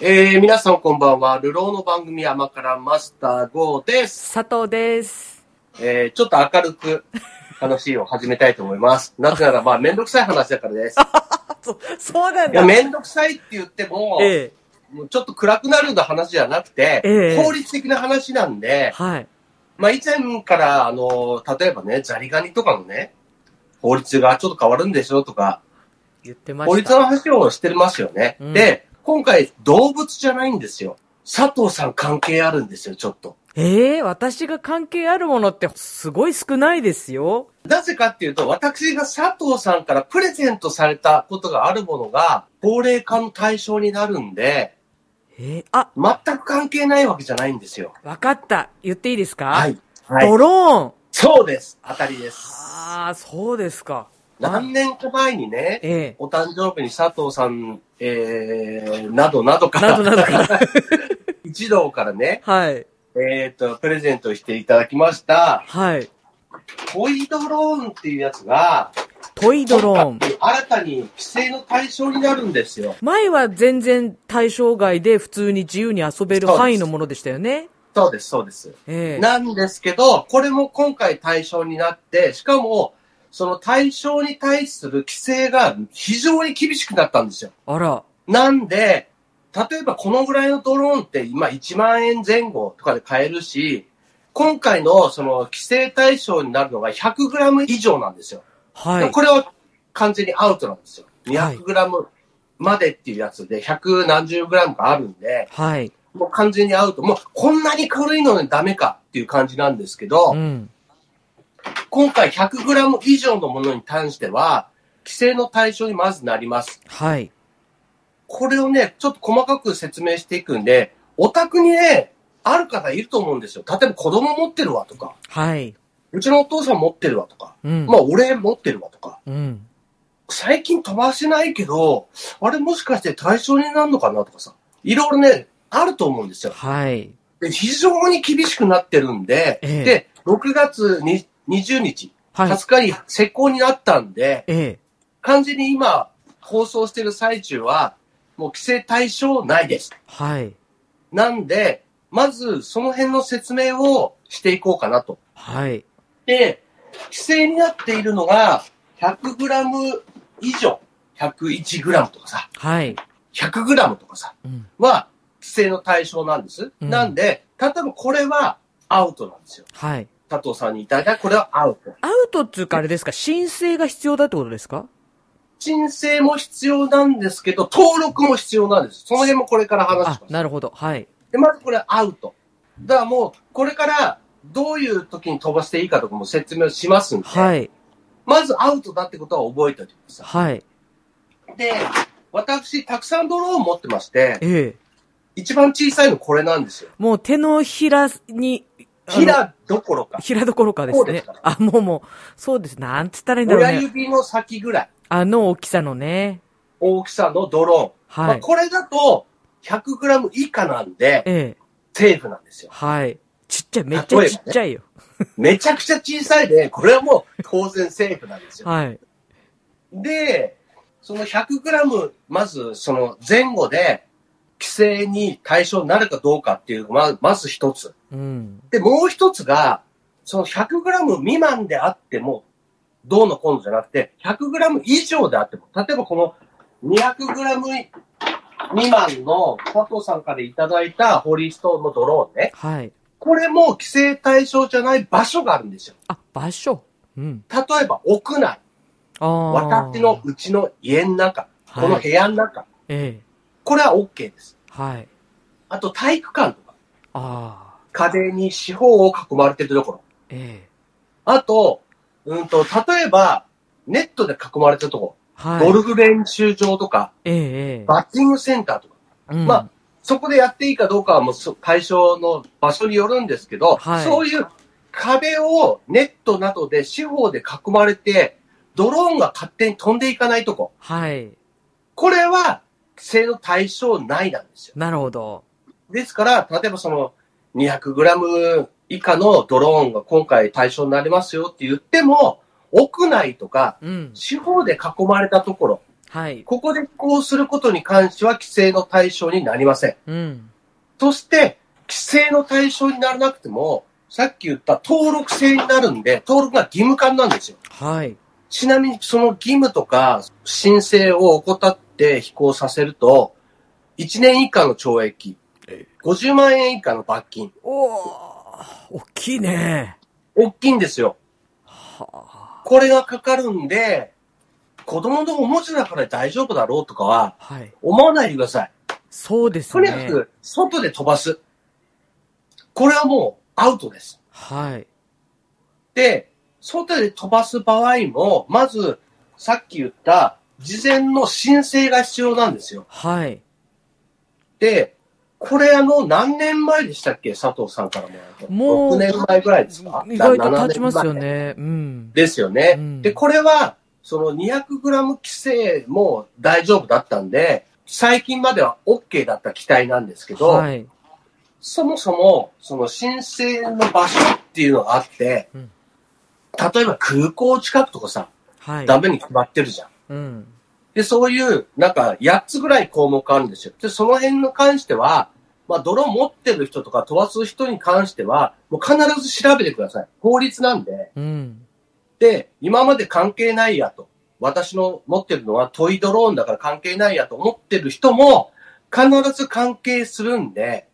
えー、皆さんこんばんは。流浪の番組山からマスター GO です。佐藤です。えー、ちょっと明るく話を始めたいと思い ます。なぜならば、めんどくさい話だからです。あ、そそうなんいや、だ。めんどくさいって言っても、えもうちょっと暗くなるような話じゃなくて、ええ法律的な話なんえで、はい。まあ以前から、あの、例えばね、ザリガニとかのね、法律がちょっと変わるんでしょとか、言ってま法し律のた。話をしてますよね。うんで、今回動物じゃないんですよ。佐藤さん関係あるんですよ、ちょっと。ええ私が関係あるものってすごい少ないですよ。なぜかっていうと、私が佐藤さんからプレゼントされたことがあるものが、高齢化の対象になるんで、ええあ、全く関係ないわけじゃないんですよ。わかった。言っていいですかは。い。はい。ドローン。そうです。当たりです。ああ、そうですか。何年か前にね、ええお誕生日に佐藤さん、えー、などなどかなどら、などから。 一同からね、 はい。えっ、と、プレゼントしていただきました、はい。トイドローンっていうやつが、トイドローン。新たに規制の対象になるんですよ。前は全然対象外で普通に自由に遊べる範囲のものでしたよね。そうです、そうです。ええなんですけど、これも今回対象になって、しかも、その対象に対する規制が非常に厳しくなったんですよ。あら。なんで、例えばこのぐらいのドローンって今1万円前後とかで買えるし、今回のその規制対象になるのが 100g 以上なんですよ。はい。これは完全にアウトなんですよ。はい 200g までっていうやつで、100何十 g かあるんで、はい。もう完全にアウト。もうこんなに軽いのにダメかっていう感じなんですけど、うん。今回 100g 以上のものに関しては、規制の対象にまずなります。はい。これをね、ちょっと細かく説明していくんで、お宅にね、ある方いると思うんですよ。例えば子供持ってるわとか、はい。うちのお父さん持ってるわとか、うん。まあ俺持ってるわとか、うん。最近飛ばしてないけど、あれもしかして対象になるのかなとかさ、いろいろね、あると思うんですよ。はい。で非常に厳しくなってるんで、ええで、6月に20日、はい。 20日に施行になったんで、ええ。完全に今放送してる最中は、もう規制対象ないです。はい。なんで、まずその辺の説明をしていこうかなと。はい。で、規制になっているのが、100g 以上、101g とかさ、はい。 100g とかさ、うん。は規制の対象なんです。うんなんで、例えばこれはアウトなんですよ。はい。佐藤さんにいただいたこれはアウト。アウトっていうかあれですか申請が必要だってことですか申請も必要なんですけど、登録も必要なんです。その辺もこれから話しあま、す。なるほど。はい。で、まずこれアウト。だからもう、これからどういう時に飛ばしていいかとかも説明しますんで、はい。まずアウトだってことは覚えておいてくださはい。い。で、私、たくさんドローン持ってまして、ええ。一番小さいのこれなんですよ。もう手のひらに、あのひ、らどころか。ひらどころかですそうですねから。あ、もうもう、そうです。なんつったらいいんだろう親ね。指の先ぐらい。あの大きさのね。大きさのドローはン。まあい。これだと 100g 以下なんで、ええ。セーフなんですよ。はい。ちっちゃい。めっちゃちっちゃいよ。めちゃくちゃ小さいで、これはもう当然セーフなんですよ。はい。で、その 100g、まずその前後で、規制に対象になるかどうかっていうのが、ままず一つ。うん。で、もう一つが、その 100g 未満であっても、どうのこうのじゃなくて、100g 以上であっても、例えばこの 200g 未満の佐藤さんからいただいたホリストのドローンね、はい。これも規制対象じゃない場所があるんですよ。あ、場所。うん。例えば屋内、ああ。私のうちの家の中、このはい。部屋の中、ええ。これは OK です。はい。あと体育館とか、ああ。壁に四方を囲まれてるところ。ええ。あと、うんと、例えば、ネットで囲まれてるところ、はい。ゴルフ練習場とか、ええええ。バッティングセンターとか、うんまあそこでやっていいかどうかはもうそ対象の場所によるんですけど、はいそういう壁をネットなどで四方で囲まれて、ドローンが勝手に飛んでいかないとこ。はい。これは、規制の対象内なんですよ。なるほど。ですから、例えばその 200g 以下のドローンが今回対象になりますよって言っても、屋内とかうん。四方で囲まれたところ、はい。ここでこうすることに関しては規制の対象になりません。うん。そして、規制の対象にならなくても、さっき言った登録制になるんで、登録が義務化になるんですよ。はい。ちなみにその義務とか申請を怠って飛行させると、1年以下の懲役え、 50万円以下の罰金、おー、大きいね。大きいんですよ。はこれがかかるんで、子供のおもちゃだから大丈夫だろうとかはあ。はい。思わないでください。そうですとね。にかく外で飛ばす。これはもうアウトです。はい。で、外で飛ばす場合も、まず、さっき言った、事前の申請が必要なんですよ。はい。で、これあの、何年前でしたっけ佐藤さんからもらった。もう6年前ぐらいですか意外なと7立ちますよ年前ね。うん。ですよね。うんで、これは、その 200g 規制も大丈夫だったんで、最近までは OK だった機体なんですけど、はい。そもそも、その申請の場所っていうのがあって、うん例えば空港近くとかさ、はい。ダメに決まってるじゃん。うん。で、そういう、なんか、8つぐらい項目あるんですよ。で、その辺の関しては、まあ、泥持ってる人とか飛ばす人に関しては、もう必ず調べてください。法律なんで。うん。で、今まで関係ないやと。私の持ってるのはトイドローンだから関係ないやと思ってる人も、必ず関係するんで、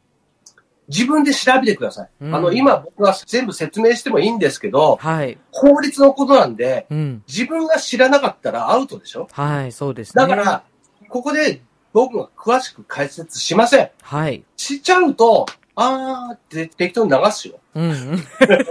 自分で調べてください。うんあの、今僕が全部説明してもいいんですけど、はい。法律のことなんで、うん。自分が知らなかったらアウトでしょはい。そうですね。だから、ここで僕が詳しく解説しません。はい。しちゃうと、あーって適当に流すよ。うん。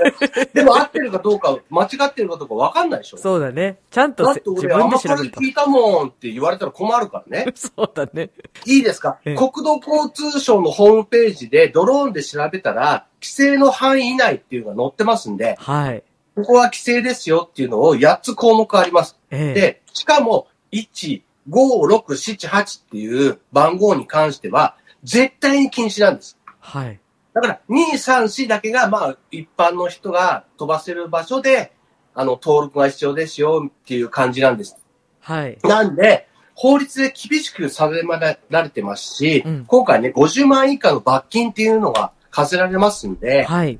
でも合ってるかどうか、間違ってるかどうか分かんないでしょ。そうだね。ちゃんだとっせて自俺、あ分でま調かべりると。。聞いたもんって言われたら困るからね そうだね。いいですかええ国土交通省のホームページでドローンで調べたら、規制の範囲以内っていうのが載ってますんで、はい。ここは規制ですよっていうのを8つ項目あります。ええ。で、しかも、1、5、6、7、8っていう番号に関しては、絶対に禁止なんです。はい。だから、2、3、4だけが、まあ、一般の人が飛ばせる場所で、あの、登録が必要ですよっていう感じなんです。はい。なんで、法律で厳しく定められてますし、うん今回ね、50万円以下の罰金っていうのが課せられますんで、はい。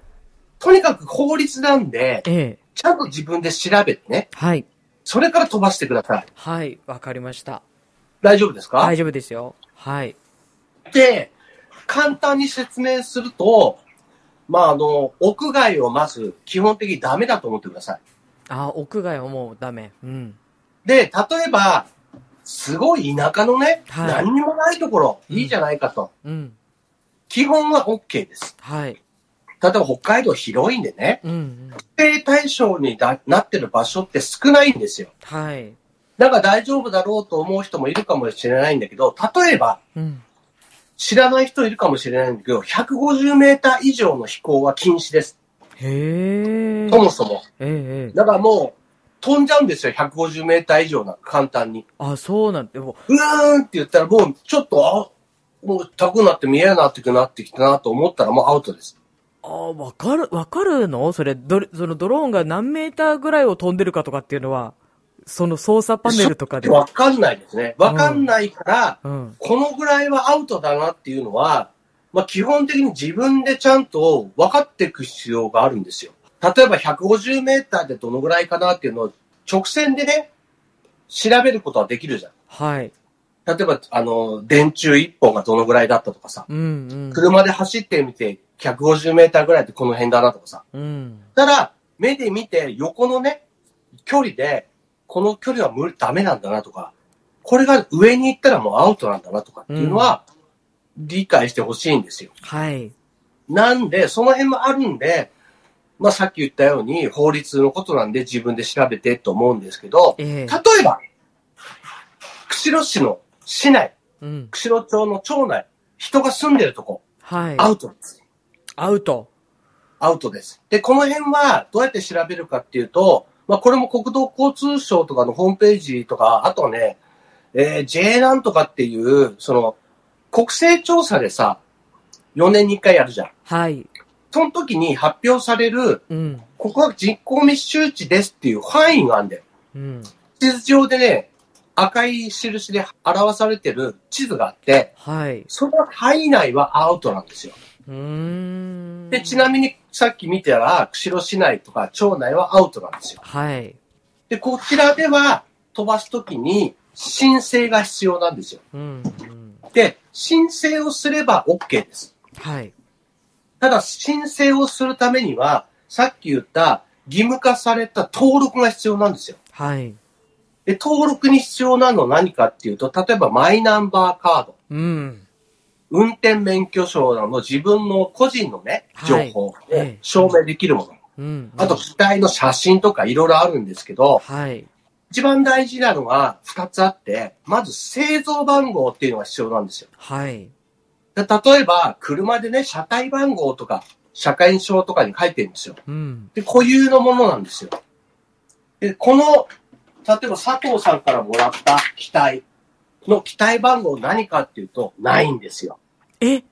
とにかく法律なんで、ええ。ちゃんと自分で調べてね、はい。それから飛ばしてください。はい。わかりました。大丈夫ですか大丈夫ですよ。はい。で、簡単に説明すると、まあ、あの、屋外をまず基本的にダメだと思ってください。あ、屋外はもうダメ。うん。で、例えば、すごい田舎のね、はい何にもないところ、うんいいじゃないかと。うん。基本は OK です。はい。例えば北海道広いんでね、うんうん。規定対象にななってる場所って少ないんですよ。はい。だから大丈夫だろうと思う人もいるかもしれないんだけど、例えば、うん。知らない人いるかもしれないんだけど、150メーター以上の飛行は禁止です。へえ。そもそも。ええええ。だからもう、飛んじゃうんですよ、150メーター以上な、簡単に。あ、そうなんでも、うーんって言ったら、もうちょっと、あ、もう高くなって見えなくなってきたなと思ったらもうアウトです。あわかる、わかるのそれ、どれ、そのドローンが何メーターぐらいを飛んでるかとかっていうのは、その操作パネルとかで。わかんないですね。わかんないから、うん。このぐらいはアウトだなっていうのは、まあ基本的に自分でちゃんと分かっていく必要があるんですよ。例えば150メーターでどのぐらいかなっていうのを直線でね、調べることはできるじゃん。はい。例えば、あの、電柱1本がどのぐらいだったとかさ。うんうん。車で走ってみて、150メーターぐらいってこの辺だなとかさ。うん。ただ、目で見て、横のね、距離で、この距離は無理、ダメなんだなとか、これが上に行ったらもうアウトなんだなとかっていうのは、理解してほしいんですよ。はい。なんで、その辺もあるんで、まあさっき言ったように、法律のことなんで自分で調べてと思うんですけど、ええ例えば、釧路市の市内、うん。釧路町の町内、人が住んでるとこ、はい。アウトです。アウト。アウトです。で、この辺はどうやって調べるかっていうと、まあ、これも国土交通省とかのホームページとか、あとはね、えー J なんとかっていう、その、国勢調査でさ、4年に1回やるじゃん。はい。その時に発表される、うん。ここは人口密集地ですっていう範囲があるんだよ。うん。地図上でね、赤い印で表されてる地図があって、はい。うその範囲内はアウトなんですよ。ーん。で、ちなみにさっき見てたら、釧路市内とか町内はアウトなんですよ。はい。で、こちらでは飛ばすときに申請が必要なんですよ。うん、うん。で、申請をすれば OK です。はい。ただ、申請をするためには、さっき言った義務化された登録が必要なんですよ。はい。で、登録に必要なのは何かっていうと、例えばマイナンバーカード、うん。運転免許証など自分の個人のね、情はい報えをえ証明できるもの。うん。あと、機体の写真とかいろいろあるんですけど、はい。一番大事なのは2つあって、まず製造番号っていうのが必要なんですよ。はい。で例えば、車でね、車体番号とか、車検証とかに書いてるんですよ。うん。で、固有のものなんですよ。で、この、例えば佐藤さんからもらった機体の機体番号何かっていうと、ないんですよ。え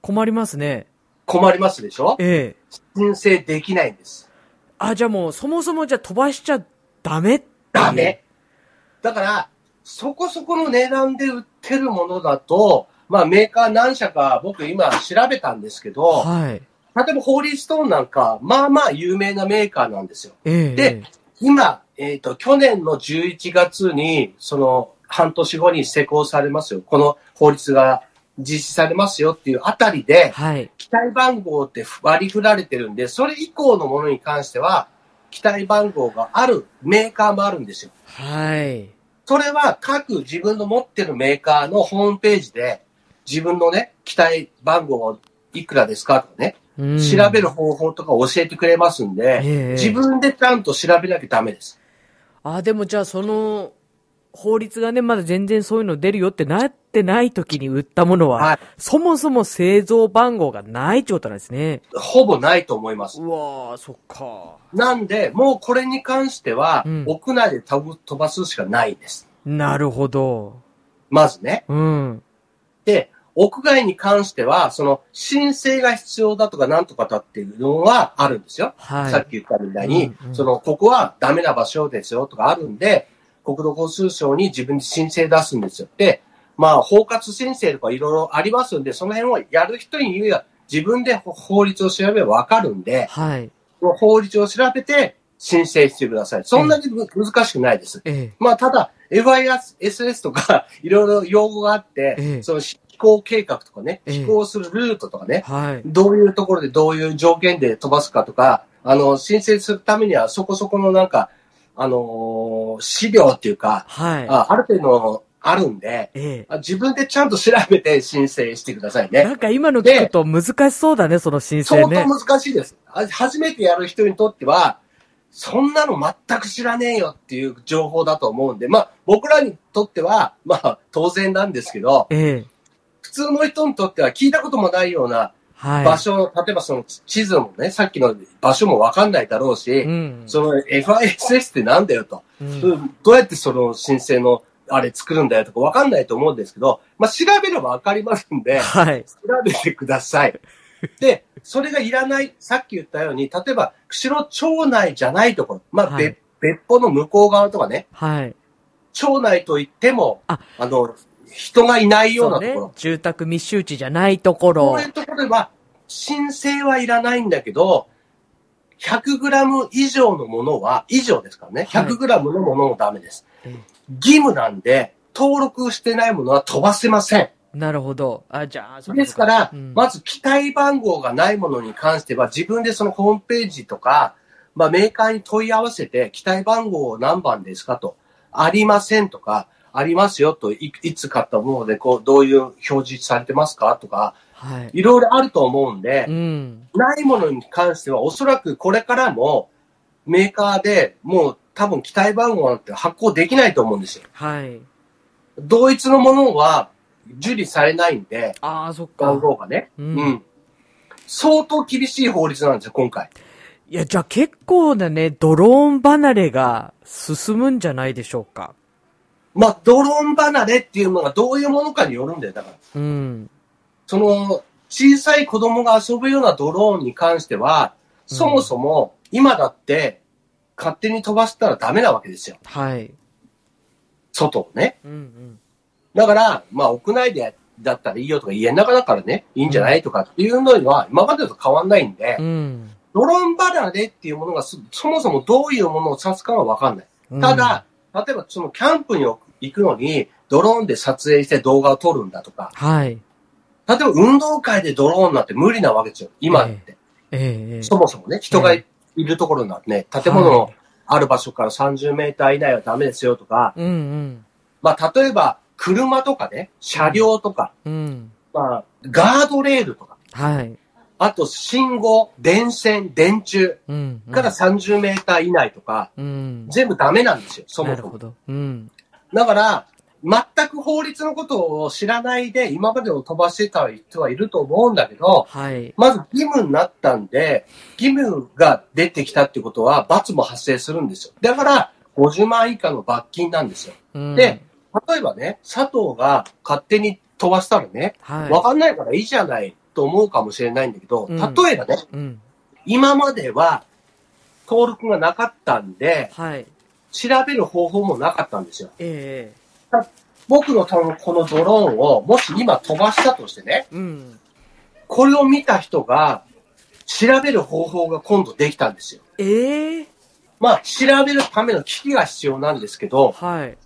困りますね。困りますでしょええ。申請できないんです。あ、じゃあもう、そもそもじゃあ飛ばしちゃダメダメ。だから、そこそこの値段で売ってるものだと、まあメーカー何社か僕今調べたんですけど、はい。例えばホーリーストーンなんか、まあまあ有名なメーカーなんですよ。ええ。で今、えっ、と、去年の11月に、その、半年後に施行されますよ。この法律が実施されますよっていうあたりで、はい。機体番号って割り振られてるんで、それ以降のものに関しては、機体番号があるメーカーもあるんですよ。はい。それは各自分の持ってるメーカーのホームページで、自分のね、機体番号はいくらですかとかね、うん調べる方法とか教えてくれますんで、ええ自分でちゃんと調べなきゃダメです。あ、でもじゃあその、法律がね、まだ全然そういうの出るよってなってない時に売ったものは、はいそもそも製造番号がないってことなんですね。ほぼないと思います。うわー、そっか。なんで、もうこれに関しては、うん屋内で飛ぶ飛ばすしかないんです。なるほど。まずね。うん。で、屋外に関しては、その申請が必要だとかなんとかだっていうのはあるんですよ。はい。さっき言ったみたいに、うんうんその、ここはダメな場所ですよとかあるんで、国土交通省に自分で申請出すんですよ。で、まあ、包括申請とかいろいろありますんで、その辺をやる人に言えば、自分で法律を調べればわかるんで、はい。法律を調べて申請してください。そんなにむ難しくないです。えまあ、ただ、FISS とか、いろいろ用語があって、ええその飛行計画とかね、ええ飛行するルートとかえ。ね、はい。どういうところでどういう条件で飛ばすかとか、あの、申請するためにはそこそこのなんか、あのー資料っていうか、はい。あある程度あるんで、えあ自分でちゃんと調べて申請してくださいえ。ねな。んか今の聞くと難しそうだね、その申相請ね。当難しいです。あ初めてやる人にとっては、そんなの全く知らねえよっていう情報だと思うんで、まあ僕らにとっては、まあ当然なんですけど、ええ。普通の人にとっては聞いたこともないようなはい。場所の、例えばその地図もね、さっきの場所もわかんないだろうし、うん。その FISS ってなんだよと、うん。どうやってその申請のあれ作るんだよとかわかんないと思うんですけど、まあ調べればわかります んで、はい。調べてください。で、それがいらない、さっき言ったように、例えば、釧路町内じゃないところ、まあ、はい別別府の向こう側とかね、はい。町内といっても、ああの、人がいないよそううなとねころ。。住宅密集地じゃないとこそろう,、。いうところでは、申請はいらないんだけど、100グラム以上のものは、以上ですからね、はい100グラムのものもダメです。ええ義務なんで、登録してないものは飛ばせません。なるほど。あ、じゃあ、そういうでこすとから、うんまず機体番号がないものに関しては、自分でそのホームページとか、まあ、メーカーに問い合わせて、機体番号何番ですかと、ありませんとか、ありますよと、いいつ買ったもので、こう、どういう表示されてますかとか、はい。いろいろあると思うんでう、ん。ないものに関しては、おそらくこれからも、メーカーでもう多分機体番号なんて発行できないと思うんですよ。はい。同一のものは受理されないんで、ああ、そっか番。号がね。う。うんん。相当厳しい法律なんですよ、今回。いや、じゃあ結構なね、ドローン離れが進むんじゃないでしょうか。まあ、ドローン離れっていうのがどういうものかによるんだよ、だから。うん。その、小さい子供が遊ぶようなドローンに関しては、そもそも、今だって、勝手に飛ばしたらダメなわけですよ。はい。外をね。うんうん。だから、まあ、屋内でだったらいいよとか、家の中だからね、いいんじゃないとかっていうのは、今までと変わんないんで、うん。ドローン離れっていうものがそ、そもそもどういうものを指すかはわかんない。うんた、だ、例えばそのキャンプに行くのに、ドローンで撮影して動画を撮るんだとか、はい。例えば運動会でドローンなんて無理なわけですよ、今って。ええええそもそもね、人がいるところなんてね、建物のある場所から30メーター以内はダメですよとか、うんうん。まあ例えば車とかね、車両とか、うん。まあガードレールとか、はい。あと信号、電線、電柱うん、うん。から30メーター以内とか、うん。全部ダメなんですよ、そもなそるもほ。ど。うん。だから、全く法律のことを知らないで、今までを飛ばしてた人はいると思うんだけど、はい。まず義務になったんで、義務が出てきたってことは罰も発生するんですよ。だから、50万以下の罰金なんですよ。うん、で、例えばね、佐藤が勝手に飛ばしたらね、はい。わかんないからいいじゃないと思うかもしれないんだけど、うん例えばね、うん。今までは登録がなかったんで、はい。調べる方法もなかったんですよ。ええ僕の多分このドローンを、もし今飛ばしたとしてね、うん。これを見た人が、調べる方法が今度できたんですよ。ええまあ、調べるための機器が必要なんですけど、はい。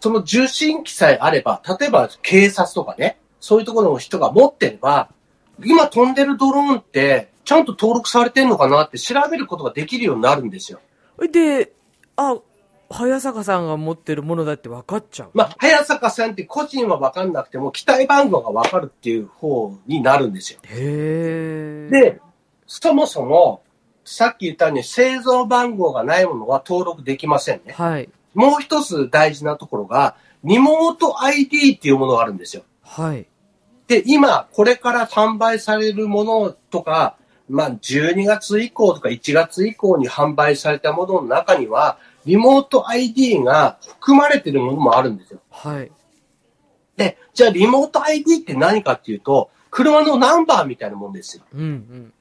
その受信機さえあれば、例えば警察とかね、そういうところの人が持ってれば、今飛んでるドローンって、ちゃんと登録されてんのかなって調べることができるようになるんですよ。で、あ、早坂さんが持ってるものだって分かっちゃう。まあ、早坂さんって個人はわかんなくても、機体番号がわかるっていう方になるんですよ。へえ。、で、そもそも、さっき言ったように製造番号がないものは登録できませんね。はい。もう一つ大事なところが、リモート ID っていうものがあるんですよ。はい。で、今、これから販売されるものとか、まあ、12月以降とか1月以降に販売されたものの中には、リモート ID が含まれているものもあるんですよ。はい。で、じゃあリモート ID って何かっていうと、車のナンバーみたいなもんですよ。うんうん。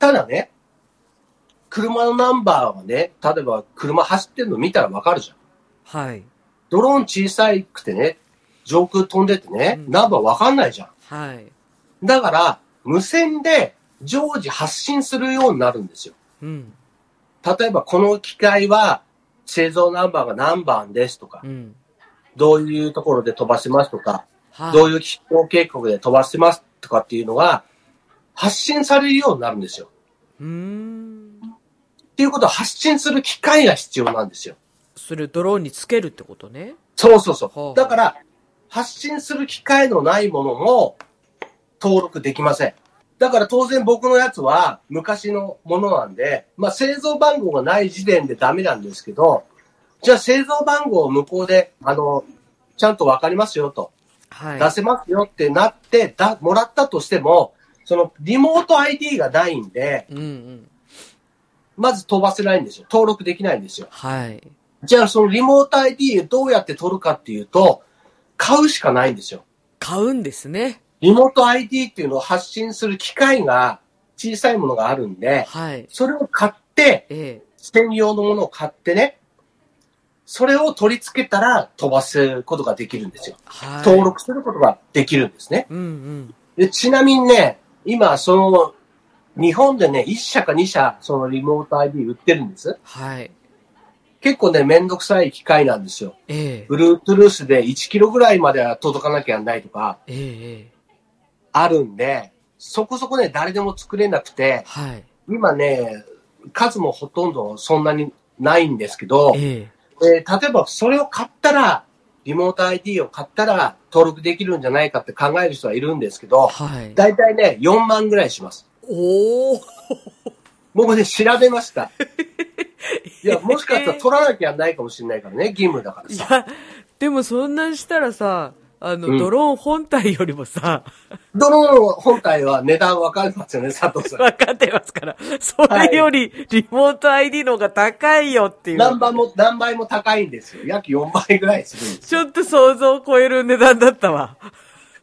ただね、車のナンバーはね、例えば車走ってるの見たらわかるじゃん。はい。ドローン小さくてね、上空飛んでてね、うんナンバーわかんないじゃはい。ん。だから、無線で常時発信するようになるんですよ。うん。例えばこの機械は製造ナンバーが何番ですとかう、ん。どういうところで飛ばせますとか、はい。どういう飛行計画で飛ばせますとかっていうのが発信されるようになるんですよ。うーん。っていうことは発信する機械が必要なんですよ。それドローンにつけるってことね。そうそうほうほそうう。だから、発信する機会のないものも登録できません。だから当然僕のやつは昔のものなんで、まあ製造番号がない時点でダメなんですけど、じゃあ製造番号を向こうで、あの、ちゃんとわかりますよと、はい。出せますよってなって、だ、もらったとしても、そのリモート ID がないんで、うんうん。まず飛ばせないんですよ。登録できないんですよ。はい。じゃあそのリモート ID をどうやって取るかっていうと、買うしかないんですよ。買うんですね。リモート ID っていうのを発信する機械が小さいものがあるんで、はい。それを買って、ええ。専用のものを買ってね、それを取り付けたら飛ばすことができるんですよ。はい。登。録することができるんですね。うんうん。でちなみにね、今、その、日本でね、1社か2社、そのリモート ID 売ってるんです。はい。結構ね、めんどくさい機械なんですよ。ええ。 Bluetooth で1キロぐらいまでは届かなきゃいけないとか、ええ。あるんで、そこそこね、誰でも作れなくて、はい。今ね、数もほとんどそんなにないんですけど、えええ。ー例えばそれを買ったら、リモート ID を買ったら登録できるんじゃないかって考える人はいるんですけど、はい。だいたいね、4万ぐらいします。おお。僕ね、調べま した。いや、もしかしたら取らなきゃないかもしれないからね、義務だかいらさ。や、でもそんなんしたらさ、あの、うんドローン本体よりもさ、ドローン本体は値段わかりますよね、佐藤さん。分かってますから、それよりリモート ID の方が高いよっていう。何倍も、何倍も高いんですよ。約4倍ぐらいするんです。ちょっと想像を超える値段だったわ。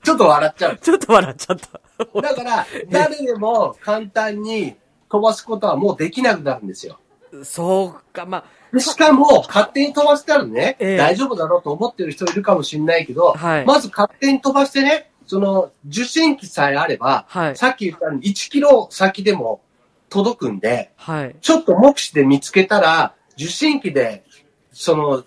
ちょっと笑っちゃう。ちょっと笑っちゃった。だから、誰でも簡単に飛ばすことはもうできなくなるんですよ。そうか、までしかも、勝手に飛ばしたらね、ええ大丈夫だろうと思ってる人いるかもしれないけど、はいまず勝手に飛ばしてね、その、受信機さえあれば、はいさっき言ったように1キロ先でも届くんで、あ、はい。ちょっと目視で見つけたら、受信機で、その、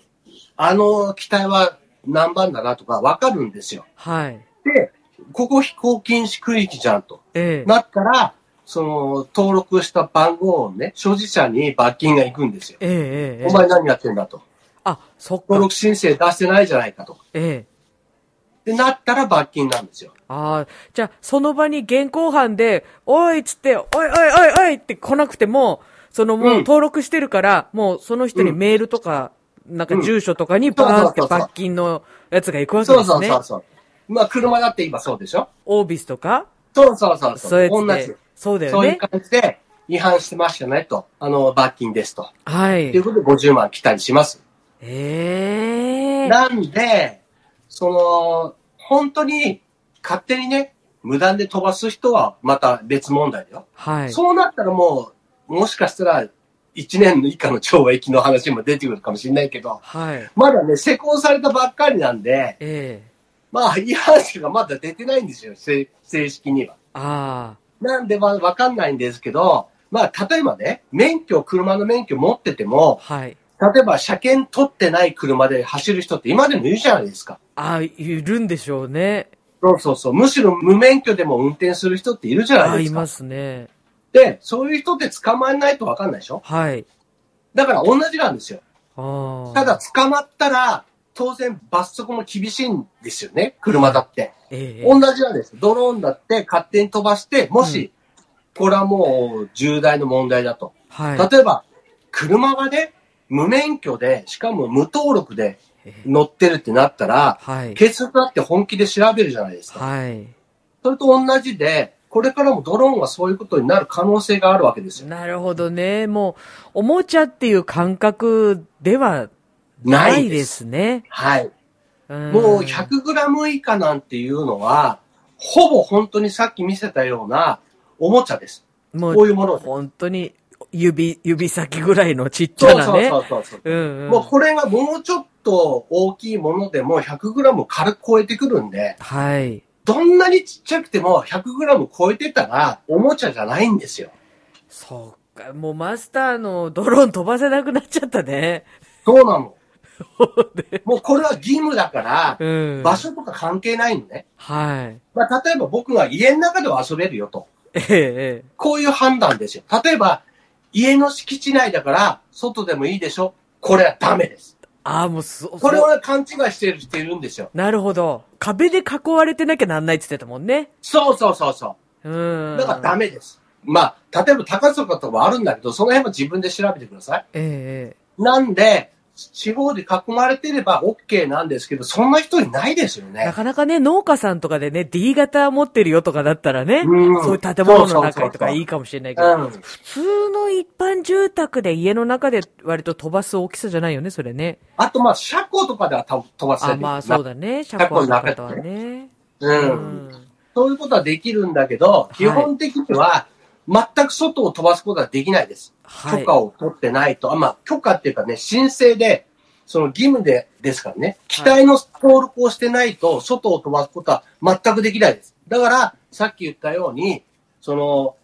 あの機体は何番だなとかわかるんですよ。はい。で、ここ飛行禁止区域じゃんと。ええ。なったら、その、登録した番号をね、所持者に罰金が行くんですよ。ええ、ええ。ええお前何やってんだと。あ、そっ登か。録申請出してないじゃないかと。っええ。てなったら罰金なんですよ。ああ、じゃあ、その場に現行犯で、おいっつって、おいおいおいおいって来なくても、そのもううん登録してるから、もうその人にメールとか、なんか住所とかにバーンってそうそうそうそう罰金のやつが行くわけそでうすそうねそう。そう。まあ、車だって今そうでしょオービスとか、そうそうそうそう。そうや同っじて。。そうだよそういうね。感じで、違反してましたねと。あの、罰金ですと。はとい。いうことで50万来たりします。ええ。なんで、その、本当に勝手にね、無断で飛ばす人はまた別問題だよ。はい。そうなったらもう、もしかしたら1年以下の懲役の話も出てくるかもしれないけど、はい。まだね、施行されたばっかりなんで、ええ。まあ、違反者がまだ出てないんですよ、正正式には。あなんで、まあ、わかんないんですけど、まあ、例えばね、免許、車の免許持っててあ、も、はい。例えば車検取ってない車で走る人って今でもいるじゃないですか。ああ、いるんでしょうね。そうそうそう。むしろ無免許でも運転する人っているじゃあなあ、いでいすか。ますね。で、そういう人って捕まえないとわかんないでしょはい。だから同じなんですよ。ああ。ただ、捕まったら、当然罰則も厳しいんですよね、車だって。ええ。同じなんです。ドローンだって勝手に飛ばして、もし、これはもう重大な問題だと。はい。例えば、車がね、無免許で、しかも無登録でええ乗ってるってなったら、はい。警察だって本気で調べるじゃないですか。はい。それと同じで、これからもドローンはそういうことになる可能性があるわけですよ。なるほどね。もう、おもちゃっていう感覚ではなないいで。ですすね。はい。ももう 100g 以下なんていうのは、ほぼ本当にさっき見せたようなおもちゃです。もこういうものです。本当に、指、指先ぐらいのちっちゃそうなそうね。そうそうそう。うんうん。もうこれがもうちょっと大きいものでも 100g 軽く超えてくるんで、はい。どんなにちっちゃくても 100g 超えてたらおもちゃじゃないんですよ。そうか。もうマスターのドローン飛ばせなくなっちゃったね。そうなの。もうこれは義務だから、うん。場所とか関係ないのね。はい。まあ、例えば僕が家の中では遊べるよと。ええ、えこういう判断ですよ。例えば、家の敷地内だから、外でもいいでしょこれはダメです。え。ああ、もうそ、そこれは勘違いしてる人いるんですよ。なるほど。壁で囲われてなきゃなんないって言ってたもんね。そうそうそうそう。うん。だからダメです。まあ、例えば高坂とかもあるんだけど、その辺も自分で調べてください。ええ。なんで、地方で囲まれてれば OK なんですけど、そんな人いないですよなね。かなかね、農家さんとかでね、D 型持ってるよとかだったらね、うんそういう建物の中とそうそうそうかそういいかもしれないけど、うん。普通の一般住宅で家の中で割と飛ばす大きさじゃないよね、それね。あと、まあ、車庫とかではた飛ばせる。あ、まあそうだだ。ね、車庫の方はね。うん。そういうことはできるんだけど、い基本的には、全く外を飛ばすことはできないです。はい許可を取ってないと。あまあ、許可っていうかね、申請で、その義務で、ですからね。機体の登録をしてないと、外を飛ばすことは全くできないです。だから、さっき言ったように、その、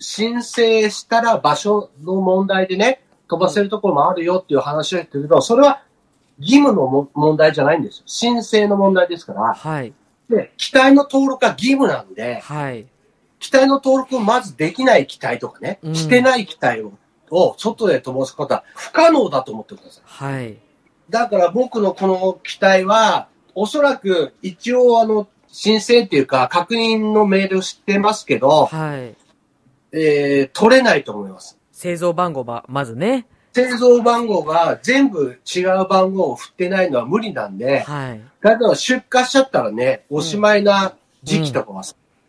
申請したら場所の問題でね、飛ばせるところもあるよっていう話を言ってるけど、それは義務のも問題じゃないんですよ。申請の問題ですから。はい、で、機体の登録は義務なんで、はい、機体の登録をまずできない機体とかね、うんしてない機体を、を外で飛ばすことは不可能だと思ってください。はい。だから僕のこの機体は、おそらく一応あの、申請っていうか確認のメールしてますけど、はい。えー、取れないと思います。製造番号ば、まずね。製造番号が全部違う番号を振ってないのは無理なんで、はい。例えば出荷しちゃったらね、おしまいな時期とかは、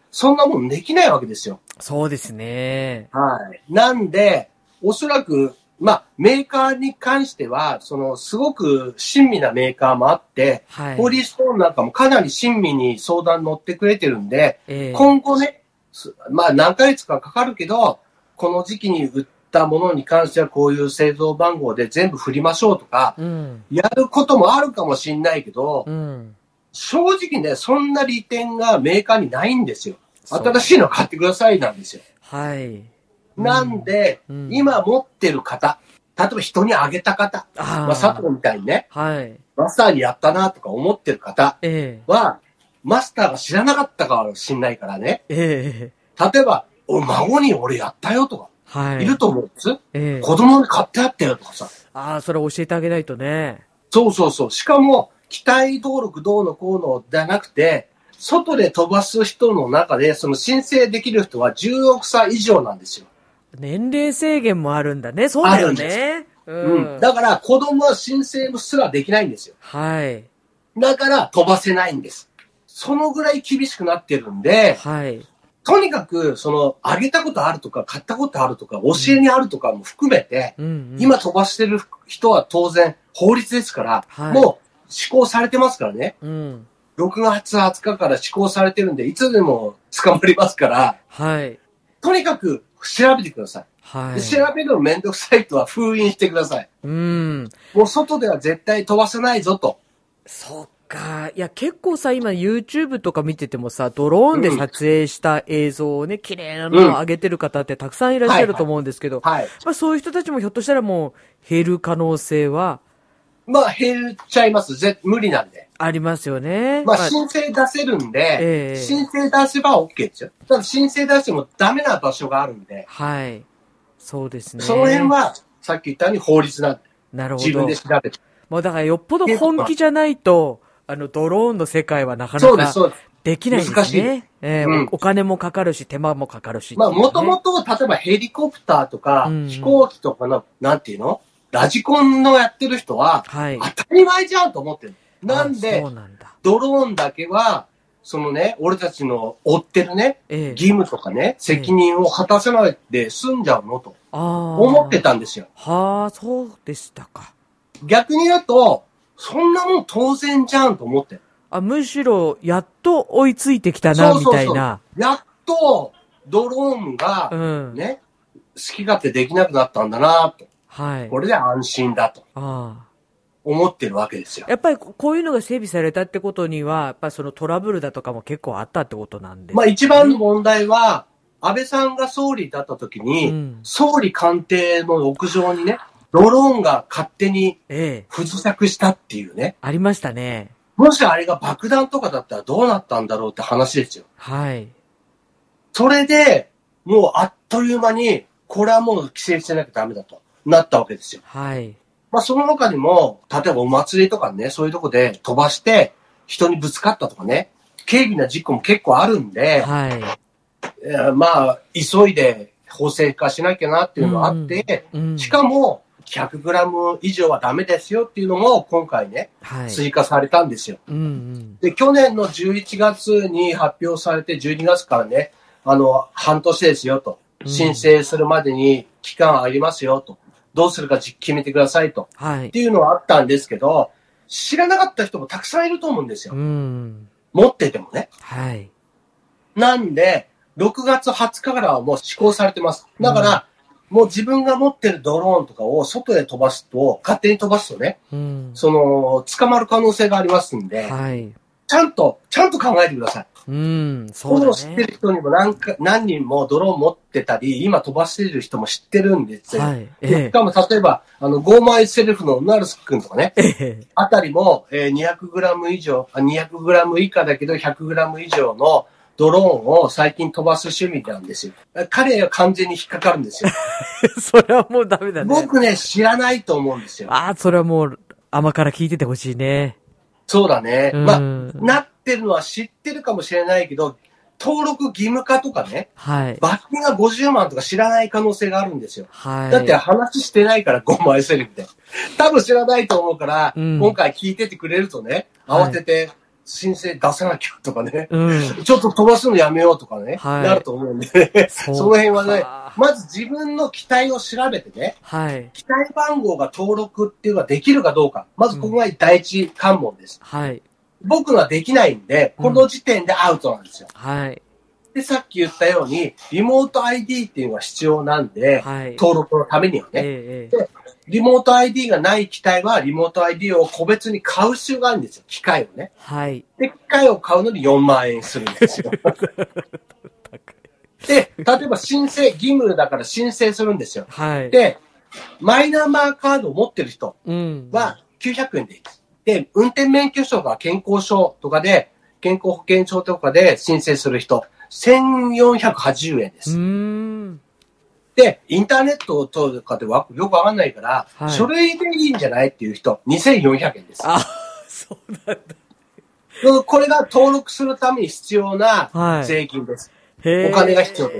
そんなもんできないわけですよ。そうですね。はい。なんで、おそらく、まあ、メーカーに関しては、その、すごく親身なメーカーもあって、はい。ホーリーストーンなんかもかなり親身に相談乗ってくれてるんで、ええ今後ね、すまあ、何ヶ月かかかるけど、この時期に売ったものに関してはこういう製造番号で全部振りましょうとか、うん。やることもあるかもしんないけど、うん。正直ね、そんな利点がメーカーにないんですよ。そう新しいの買ってくださいなんですよ。はい。なんで、うん今持ってる方、例えば人にあげた方、あまあ、佐藤みたいにね、はい。マスターにやったなとか思ってる方ええ。は、マスターが知らなかったかもしんないからね、ええ。例えば、お孫に俺やったよとか、はい。いると思うんです。ええ。子供に買ってあったよとかさ。ああ、それ教えてあげないとね。そうそうそう。しかも、機体登録どうのこうのじゃなくて、外で飛ばす人の中で、その申請できる人は16歳以上なんですよ。年齢制限もあるんだね。そうだよね。ううんん。。だから、子供は申請すらできないんですよ。はい。だから、飛ばせないんです。そのぐらい厳しくなってるんで、はい。とにかく、その、あげたことあるとか、買ったことあるとか、教えにあるとかも含めて、うんうん。今飛ばしてる人は当然法律ですから、はいもう施行されてますからね。うん。 6月20日から施行されてるんで、いつでも捕まりますから、はい。とにかく調べてください。はい。で調べるのめんどくさい人は封印してください。うん。もう外では絶対飛ばせないぞと。そっか。いや、結構さ、今 YouTube とか見ててもさ、ドローンで撮影した映像をね、綺麗なのを上げてる方ってたくさんいらっしゃると思うんですけど、はい。まあ、そういう人たちもひょっとしたらもう減る可能性はまあ、減っちゃいます。ぜ無理なんで。ありますよね。まあ、まあ申請出せるんえで、え申請出せば OK ですよ。ただ申請出してもダメな場所があるんで、はい。そうですね。その辺は、さっき言ったように法律なんで、なるほ自分どで。調べて。もうだからよっぽど本気じゃないと、あの、ドローンの世界はなかそなうです、かそうです。できないんですね。難しいええうんおお金もかかるし、手間もかかるし、まあ、もともと。と、例えばヘリコプターとか、うん飛行機とかの、なんていうのラジコンのやってる人は、はい。当たり前じゃんと思ってる。なんあでそう、なんだ。ドローンだけは、そのね、俺たちの追ってるね、ええ義務とかね、責任を果たせないで済んじゃうのとああ。思って。たんですよ。はあ、そうでしたか。逆に言うと、そんなもん当然じゃんと思ってる。あ、むしろ、やっと追いついてきたな、そうみそうたいそう。なや。っと、ドローンが、うん。ね、好き勝手できなくなったんだなと。はい。これで安心だと。ああ。思ってるわけですよ。やっぱりここういうのが整備されたってことには、やっぱりそのトラブルだとかも結構あったってことなんで。まあ一番の問題は、安倍さんが総理だった時に、うん総理官邸の屋上にね、ドローンが勝手にええ、不時着したっていうね。ありましたね。もしあれが爆弾とかだったらどうなったんだろうって話ですよ。はい。それで、もうあっという間に、これはもう規制してなきゃダメだとなったわけですよ。はい。まあその他にも、例えばお祭りとかね、そういうとこで飛ばして人にぶつかったとかね、軽微な事故も結構あるんで、はえーまあ、急いで法制化しなきゃなっていうのがあって、い。うん。しかも、100g 以上はダメですよっていうのも今回ね、はい。追加されたんですよ。うんうん。で、去年の11月に発表されて、12月からね、あの、半年ですよと。うん申請するまでに期間ありますよと。どうするかじ決めてくださいと。はっい。ていうのはあったんですけど、知らなかった人もたくさんいると思うんですうよ。ん。持っててもね。はい。なんで、6月20日からはもう施行されてます。だから、もう自分が持ってるドローンとかを外へ飛ばすと、勝手に飛ばすとね、うん。その、捕まる可能性がありますんで、はい。ちゃんと、ちゃんと考えてください。うん。こそうういうだのを知ってね。る人にも何か何人もドローン持ってたり、今飛ばしてる人も知ってるんですよ。はい。えでしかも例えば、あの、ゴーマイセルフのウナルス君とかね、え。えあたりも、えー 200g 以上、あ 200g 以下だけど 100g 以上のドローンを最近飛ばす趣味なんですよ。彼は完全に引っかかるんです よ。え。それはもうダメだね。僕ね、知らないと思うんですよ。ああ、それはもう、甘から聞いててほしいね。そうだね。うんまあ、なってるのは知ってるかもしれないけど、登録義務化とかね、はい。罰金が50万とか知らない可能性があるんですよ。はい。だって話してないから5枚セリフで。多分知らないと思うから、うん今回聞いててくれるとね、はい慌てて申請出さなきゃとかね、 うん。ちょっと飛ばすのやめようとかね、はいなると思うんで、そそうの辺はねか、まず自分の機体を調べてね、はい。機体番号が登録っていうのができるかどうか、まずここが第一関門です。はい。僕のはできないんで、この時点でアウトなんですよ。はい。でで、さっき言ったように、リモート ID っていうのが必要なんで、はい。登録のためにはね。えええリモート ID がない機体は、リモート ID を個別に買う必要があるんですよ。機械をえ。ねはい。で、機械を買うのに4万円するんですよ。で、例えば申請、義務だから申請するんですよ。はい。で、マイナンバーカードを持ってる人うん。は900円でいいです。で、運転免許証が健康証とかで、健康保険証とかで申請する人、1480円でうす。ーん。で、インターネットとかでわよくわかんないから、はい書類でいいんじゃないっていう人、2400円です。あ、 そうなんだ。うんこれが登録するために必要なはい。税金です。へーお金が必要と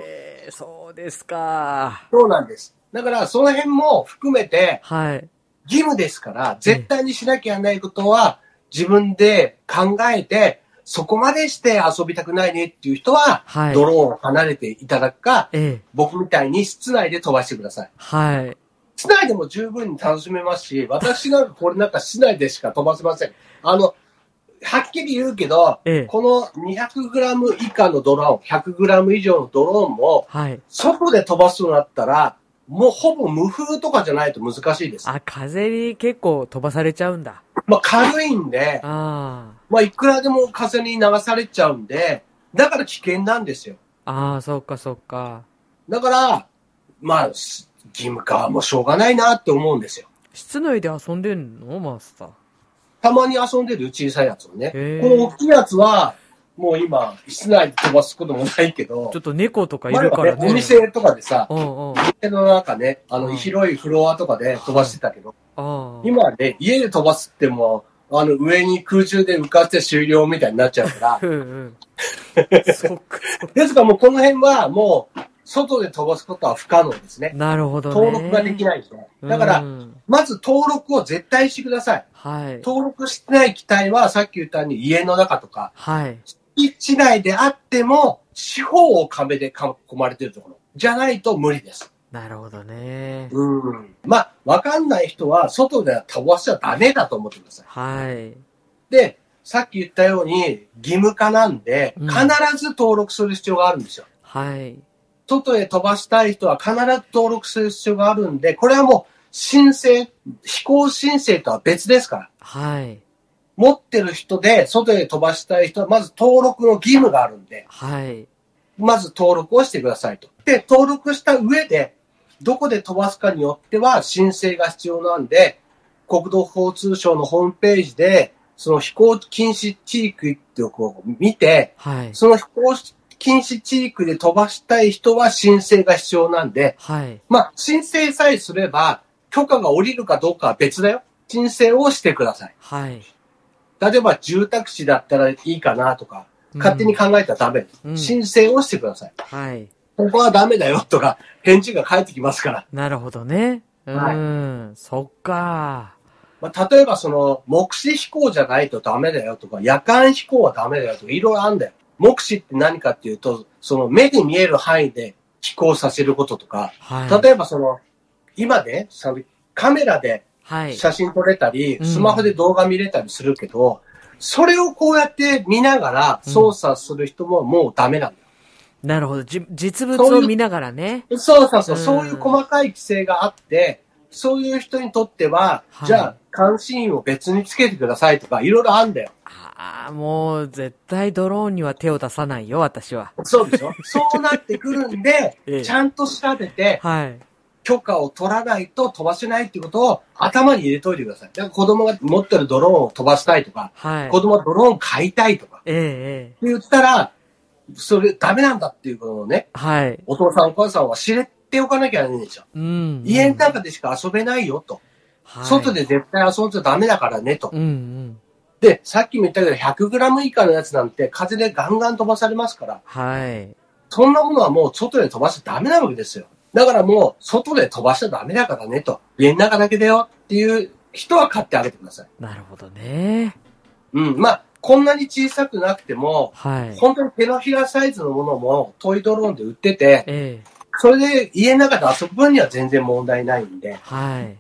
そうですか。そうなんです。だから、その辺も含めて、はい。義務ですから、絶対にしなきゃいけないことは、自分で考えて、そこまでして遊びたくないねっていう人は、はい。ドローンを離れていただくか、ええ。僕みたいに室内で飛ばしてください。はい。室内でも十分に楽しめますし、私なんかこれなんか室内でしか飛ばせません。あの、はっきり言うけど、ええ。この 200g 以下のドローン、100g 以上のドローンも、はい。外で飛ばすとなったら、もうほぼ無風とかじゃないと難しいです。あ、風に結構飛ばされちゃうんだ。まあ軽いんで、あまあいくらでも風に流されちゃうんで、だから危険なんですよ。あ。ああ、そっかそっか。だから、まあ、す義務化はもうしょうがないなって思うんですよ。室内で遊んでんのマスター。たまに遊んでる小さいやつをね。へーこの大きいやつは、もう今、室内で飛ばすこともないけどちょ、っと猫とかい前るかはらね、おね。店とかでさ、うんうん。お店の中ね、あうの、ん広いフロアとかで飛ばしてたけど、ああ。今はね、家で飛ばすってもう、あの、上に空中で浮かせて終了みたいになっちゃうから う、んうん。そっか。ですからもうこの辺はもう、外で飛ばすことは不可能ですね。なるほどね。登録ができないですね。だかうら、んまず登録を絶対してください。はい。登録してない機体は、さっき言ったように家の中とか、はい。敷地内であっても、四方を壁で囲まれてるところ。じゃないと無理です。なるほどね。うん。まあ、わかんない人は、外では飛ばしちゃダメだと思ってください。はい。で、さっき言ったように、義務化なんで、うん必ず登録する必要があるんですよ。はい。外へ飛ばしたい人は必ず登録する必要があるんで、これはもう、申請、飛行申請とは別ですから。はい。持ってる人で、外へ飛ばしたい人は、まず登録の義務があるんで、はい。まず登録をしてくださいと。で、登録した上で、どこで飛ばすかによっては申請が必要なんで、国土交通省のホームページで、その飛行禁止地域っていうこう見て、はい。その飛行禁止地域で飛ばしたい人は申請が必要なんで、はい。まあ、申請さえすれば、許可が下りるかどうかは別だよ。申請をしてください。はい。例えば住宅地だったらいいかなとか、勝手に考えたらダメ。うん、うん申請をしてください。はい。ここはダメだよとか、返事が返ってきますから。なるほどね。うはいん。そっか。まあ、例えばその、目視飛行じゃないとダメだよとか、夜間飛行はダメだよとか、いろいろあんだよ。目視って何かっていうと、その目で見える範囲で飛行させることとか、はい。例えばその、今ね、そのカメラではい。写真撮れたりう、んスマホで動画見れたりするけど、それをこうやって見ながら操作する人ももうダメなんだよ。なるほど。じ、実物を見ながらね。そうそうそう、うんそういう細かい規制があって、そういう人にとっては、はいじゃあ、監視員を別につけてくださいとか、いろいろあんだよ。ああ、もう絶対ドローンには手を出さないよ、私は。そうでしょそうなってくるんで、 ええちゃんと調べて、はい。許可を取らないと飛ばせないってことを頭に入れといてください。だから子供が持ってるドローンを飛ばしたいとか、はい。子供はドローン買いたいとか、えええって言ったら、それダメなんだっていうことをね、えはい。お父さんお母さんは知れておかなきゃいけないんでしょ。うん。家のうん中でしか遊べないよと。はい外で絶対遊んじゃダメだからねと。うんうん。で、さっきも言ったけど、100g 以下のやつなんて風でガンガン飛ばされますから、はい。そんなものはもう外で飛ばしちゃダメなわけですよ。だからもう、外で飛ばしちゃダメだからねと。家の中だけだよっていう人は買ってあげてください。なるほどね。うん。まあ、こんなに小さくなくても、はい。本当に手のひらサイズのものもトイドローンで売ってて、ええそれで家の中で遊ぶ分には全然問題ないんで。はい。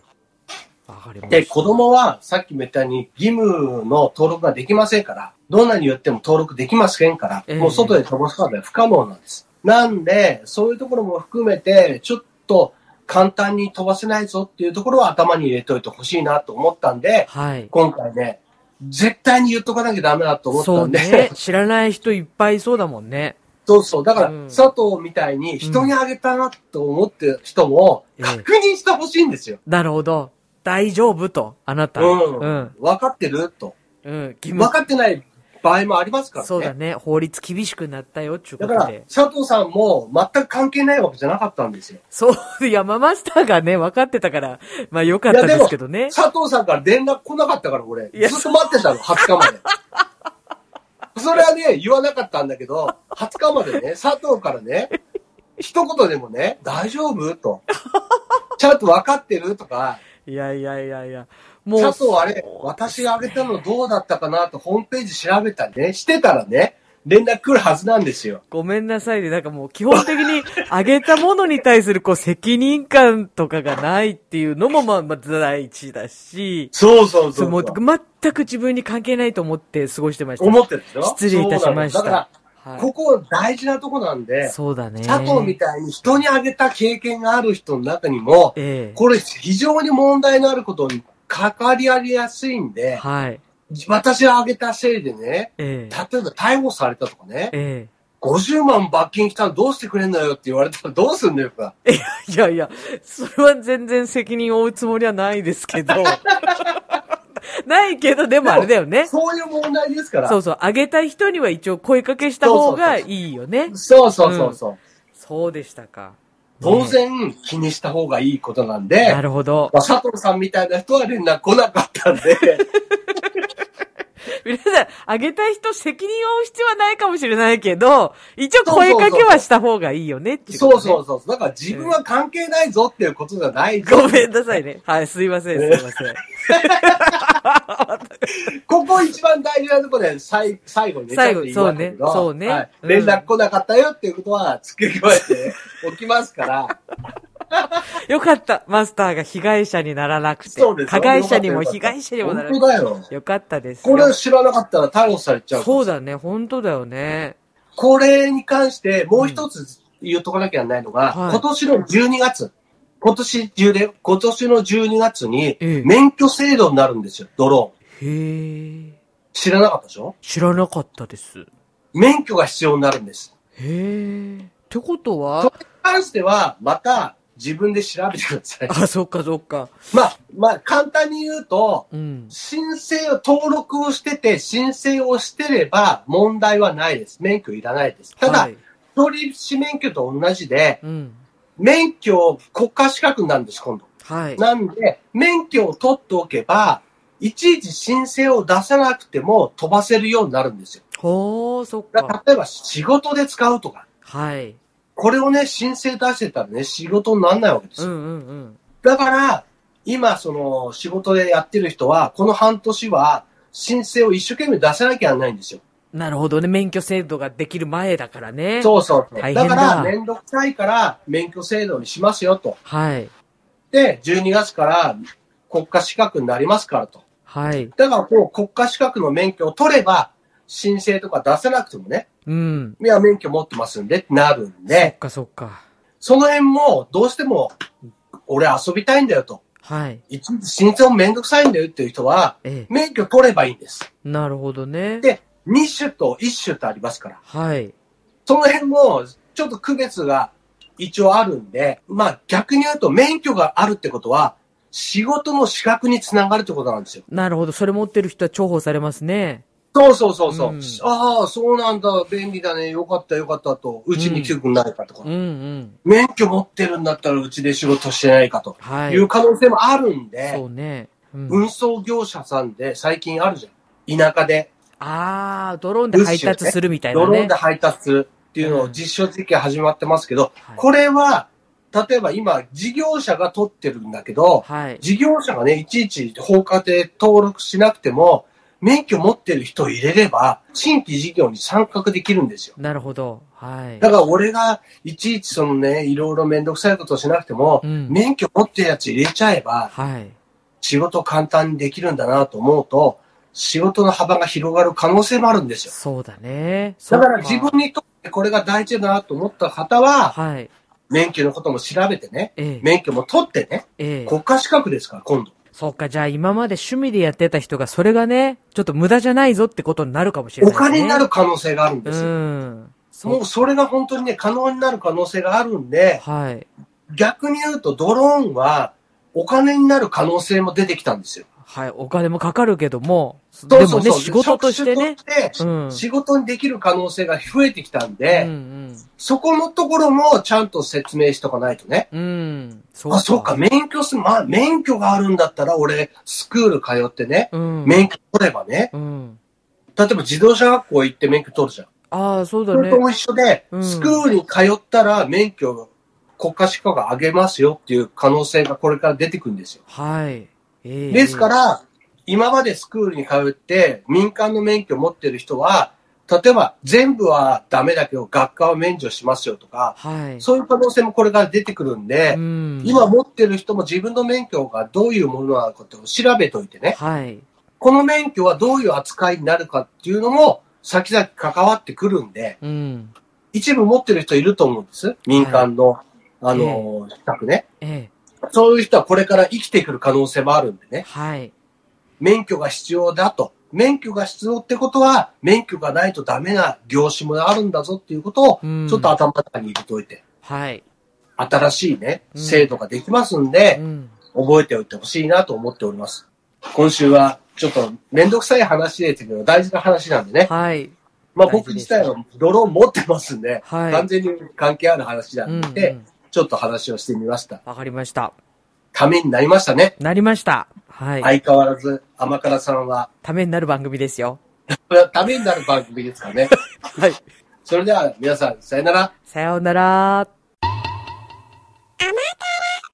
わかりました。で、子供はさっきも言ったように義務の登録ができませんから、どんなに言っても登録できませんから、ええもう外で飛ばすことは不可能なんです。なんで、そういうところも含めて、ちょっと簡単に飛ばせないぞっていうところは頭に入れておいてほしいなと思ったんで、はい。今回ね、絶対に言っとかなきゃダメだと思っそたうんで、ね。知らない人いっぱいいそうだもんね。 そうそう。だから、うん佐藤みたいに人にあげたなと思ってる人も、ええ確認してほしいんですよ。なるほど。大丈夫と、あなた。うんうん。分かってると。うん。義務分かってない場合もありますからね。そうだね。法律厳しくなったよ、ちゅうこだかとらで、。佐藤さんも全く関係ないわけじゃなかったんですよ。そう、いや、ママスターがね、分かってたから、まあよかったですけどね。佐藤さんから連絡来なかったから、俺。いやずっと待ってたの、20日ま で。それはね、言わなかったんだけど、20日までね、佐藤からね、一言でもね、大丈夫と。ちゃんと分かってるとか、いやいやいやいや。もう、佐藤あれ、私があげたのどうだったかなとホームページ調べたりね、してたらね、連絡来るはずなんですよ。ごめんなさいで、なんかもう基本的に あげたものに対するこう責任感とかがないっていうのもまあまあ第一だし、そうそうそうもう全く自分に関係ないと思って過ごしてました。思ってるでしょ失礼いたしましそうなのただか。ら、はここ大事なとこなんい、で、そうだね。佐藤みたいに人にあげた経験がある人の中にも、えこれ非常に問題のあることに関わりありやすいんえで、はい。私があげたせいでね、ええ例えば逮捕されたとかね、え50万罰金来たのどうしてくれんのよって言われたらどうすんのよ、僕はえい やいや、それは全然責任を負うつもりはないですけど。 ないけど、でもあれだよね。そういう問題ですから。そうそう。あげたい人には一応声かけした方がいいよね。そうそうそうそう。そうでしたか。当然気にした方がいいことなんで、なるほど。まあ、佐藤さんみたいな人は連絡来なかったんで、皆さん、あげたい人責任を負う必要はないかもしれないけど、一応声かけはした方がいいよねっていうこそとうねそうそう。だから自分は関係ないぞっていうことじゃないぞ。ごめんなさいね。はい、すいません、すいません。ここ一番大事なとこで最最後にね最後ちゃんと言いましたけどそうねそうねはいうん連絡来なかったよっていうことは付け加えて おきますから、よかった。マスターが被害者にならなくてそうで。すよ加害者にもよかった被害者にもならな本く当だよ。て。よかったですよ。これ知らなかったら逮捕されちゃう。そうだね、本当だよね。これに関して、もう一つ言っとかなきゃならないのが、はい今年の12月、今年中で、今年の12月にええ、免許制度になるんですよ、ドローン。へえ。知らなかったでしょ知らなかったです。免許が必要になるんです。へえ。ってことそれは、に関しては、また自分で調べてください。あ、そっかそっか。まあ、まあ、簡単に言うと、うん。申請を、登録をしてて、申請をしてれば問題はないです。免許いらないです。ただ、はい、取り士免許と同じで、うん。免許国家資格になるんです、今度。はい。なんで、免許を取っておけば、いちいち申請を出さなくても飛ばせるようになるんですよ。ほー、そっだかか。ら例えば仕事で使うとか、はい。これをね、申請出してたらね、仕事にならないわけですうよ。んうんうん。だから、今、その、仕事でやってる人は、この半年は、申請を一生懸命出さなきゃいけないんですよ。なるほどね。免許制度ができる前だからね。う。そうそうそう。大だ変かだら、めんどくさいから、免許制度にしますよと。はい。で、12月から国家資格になりますからと。はい。だからこう国家資格の免許を取れば、申請とか出せなくてもね、うん。いや、免許持ってますんでってなるんそでっ、かそっか。その辺もどうしても、俺遊びたいんだよと。はい。いつ申請もめんどくさいんだよっていう人は、ええ。免許取ればいいんです。なるほどね。で、2種と1種とありますから。はい。その辺も、ちょっと区別が一応あるんで、まあ逆に言うと免許があるってことは、仕事の資格につながるってことなんですよ。なるほど。それ持ってる人は重宝されますね。そうそうそうそうう。んああ、そうなんだ、便利だね、よかったよかったと、うちに来てくんないかとか、うんうん。免許持ってるんだったらうちで仕事してないかとはいい。う可能性もあるんで、そうね。うん運送業者さんで最近あるじゃん。田舎で、あー、ドローンで配達するみたいなドね。ローンで配達するっていうのを実証実験始まってますけど、はいこれは、例えば今、事業者が取ってるんだけど、はい。事業者がね、いちいち法課で登録しなくても、免許持ってる人を入れれば、新規事業に参画できるんですよ。なるほど。はい。だから俺がいちいちそのね、いろいろめんどくさいことをしなくても、うん免許持ってるやつ入れちゃえば、はい。仕事簡単にできるんだなと思うと、仕事の幅が広がる可能性もあるんですよ。そうだね。だからそう自分にとってこれが大事だなと思った方は、はい。免許のことも調べてね、ええ。免許も取ってね、ええ。国家資格ですから、今度。そうか、じゃあ今まで趣味でやってた人が、それがね、ちょっと無駄じゃないぞってことになるかもしれなおい、ね。金になる可能性があるんうですよ。ん。もうそれが本当にね、可能になる可能性があるんで、はい。逆に言うとドローンはお金になる可能性も出てきたんですよ。はい。お金もかかるけども、そうでもそうね、そう仕事としてね。。職種としてうん。仕事にできる可能性が増えてきたんで、うんそこのところもちゃんと説明しとかないとね。うん。うん。そうあ、そうか、。免許す、まあ、免許があるんだったら俺、スクール通ってね、うん。免許取ればね、うん。例えば自動車学校行って免許取るじゃん。ああ、そうだそねれと。も一緒で、うんスクールに通ったら免許、国家資格が上げますよっていう可能性がこれから出てくるんですよ。はい。ええですか、ら、今までスクールに通って民間の免許を持ってる人は、例えば全部はダメだけど学科は免除しますよとか、はい。そういう可能性もこれから出てくるんで、ん今、持ってる人も自分の免許がどういうものなのかっていうのを調べといてね、はい。この免許はどういう扱いになるかっていうのも、先々関わってくるんで、うん。一部持ってる人いると思うんです。民間の、あの、資格ね。えそういう人はこれから生きてくる可能性もあるんでえね。はい。免許が必要だと。免許が必要ってことは、免許がないとダメな業種もあるんだぞっていうことを、うんちょっと頭の中に入れておいて、はい。新しいね、うん制度ができますんでう、ん。覚えておいてほしいなと思っております。今週は、ちょっとめんどくさい話ですけど、大事な話なんでね。はい。まあ大事で僕自すね体はドローン持ってますんで、はい完全に関係ある話なうんん、うで、ん。ちょっと話をしてみました。わかりました。ためになりましたね。なりました。はい。相変わらず、甘辛さんは、ためになる番組ですよ。これはためになる番組ですからね。 はい。それでは皆さん、さよなら。さようなら。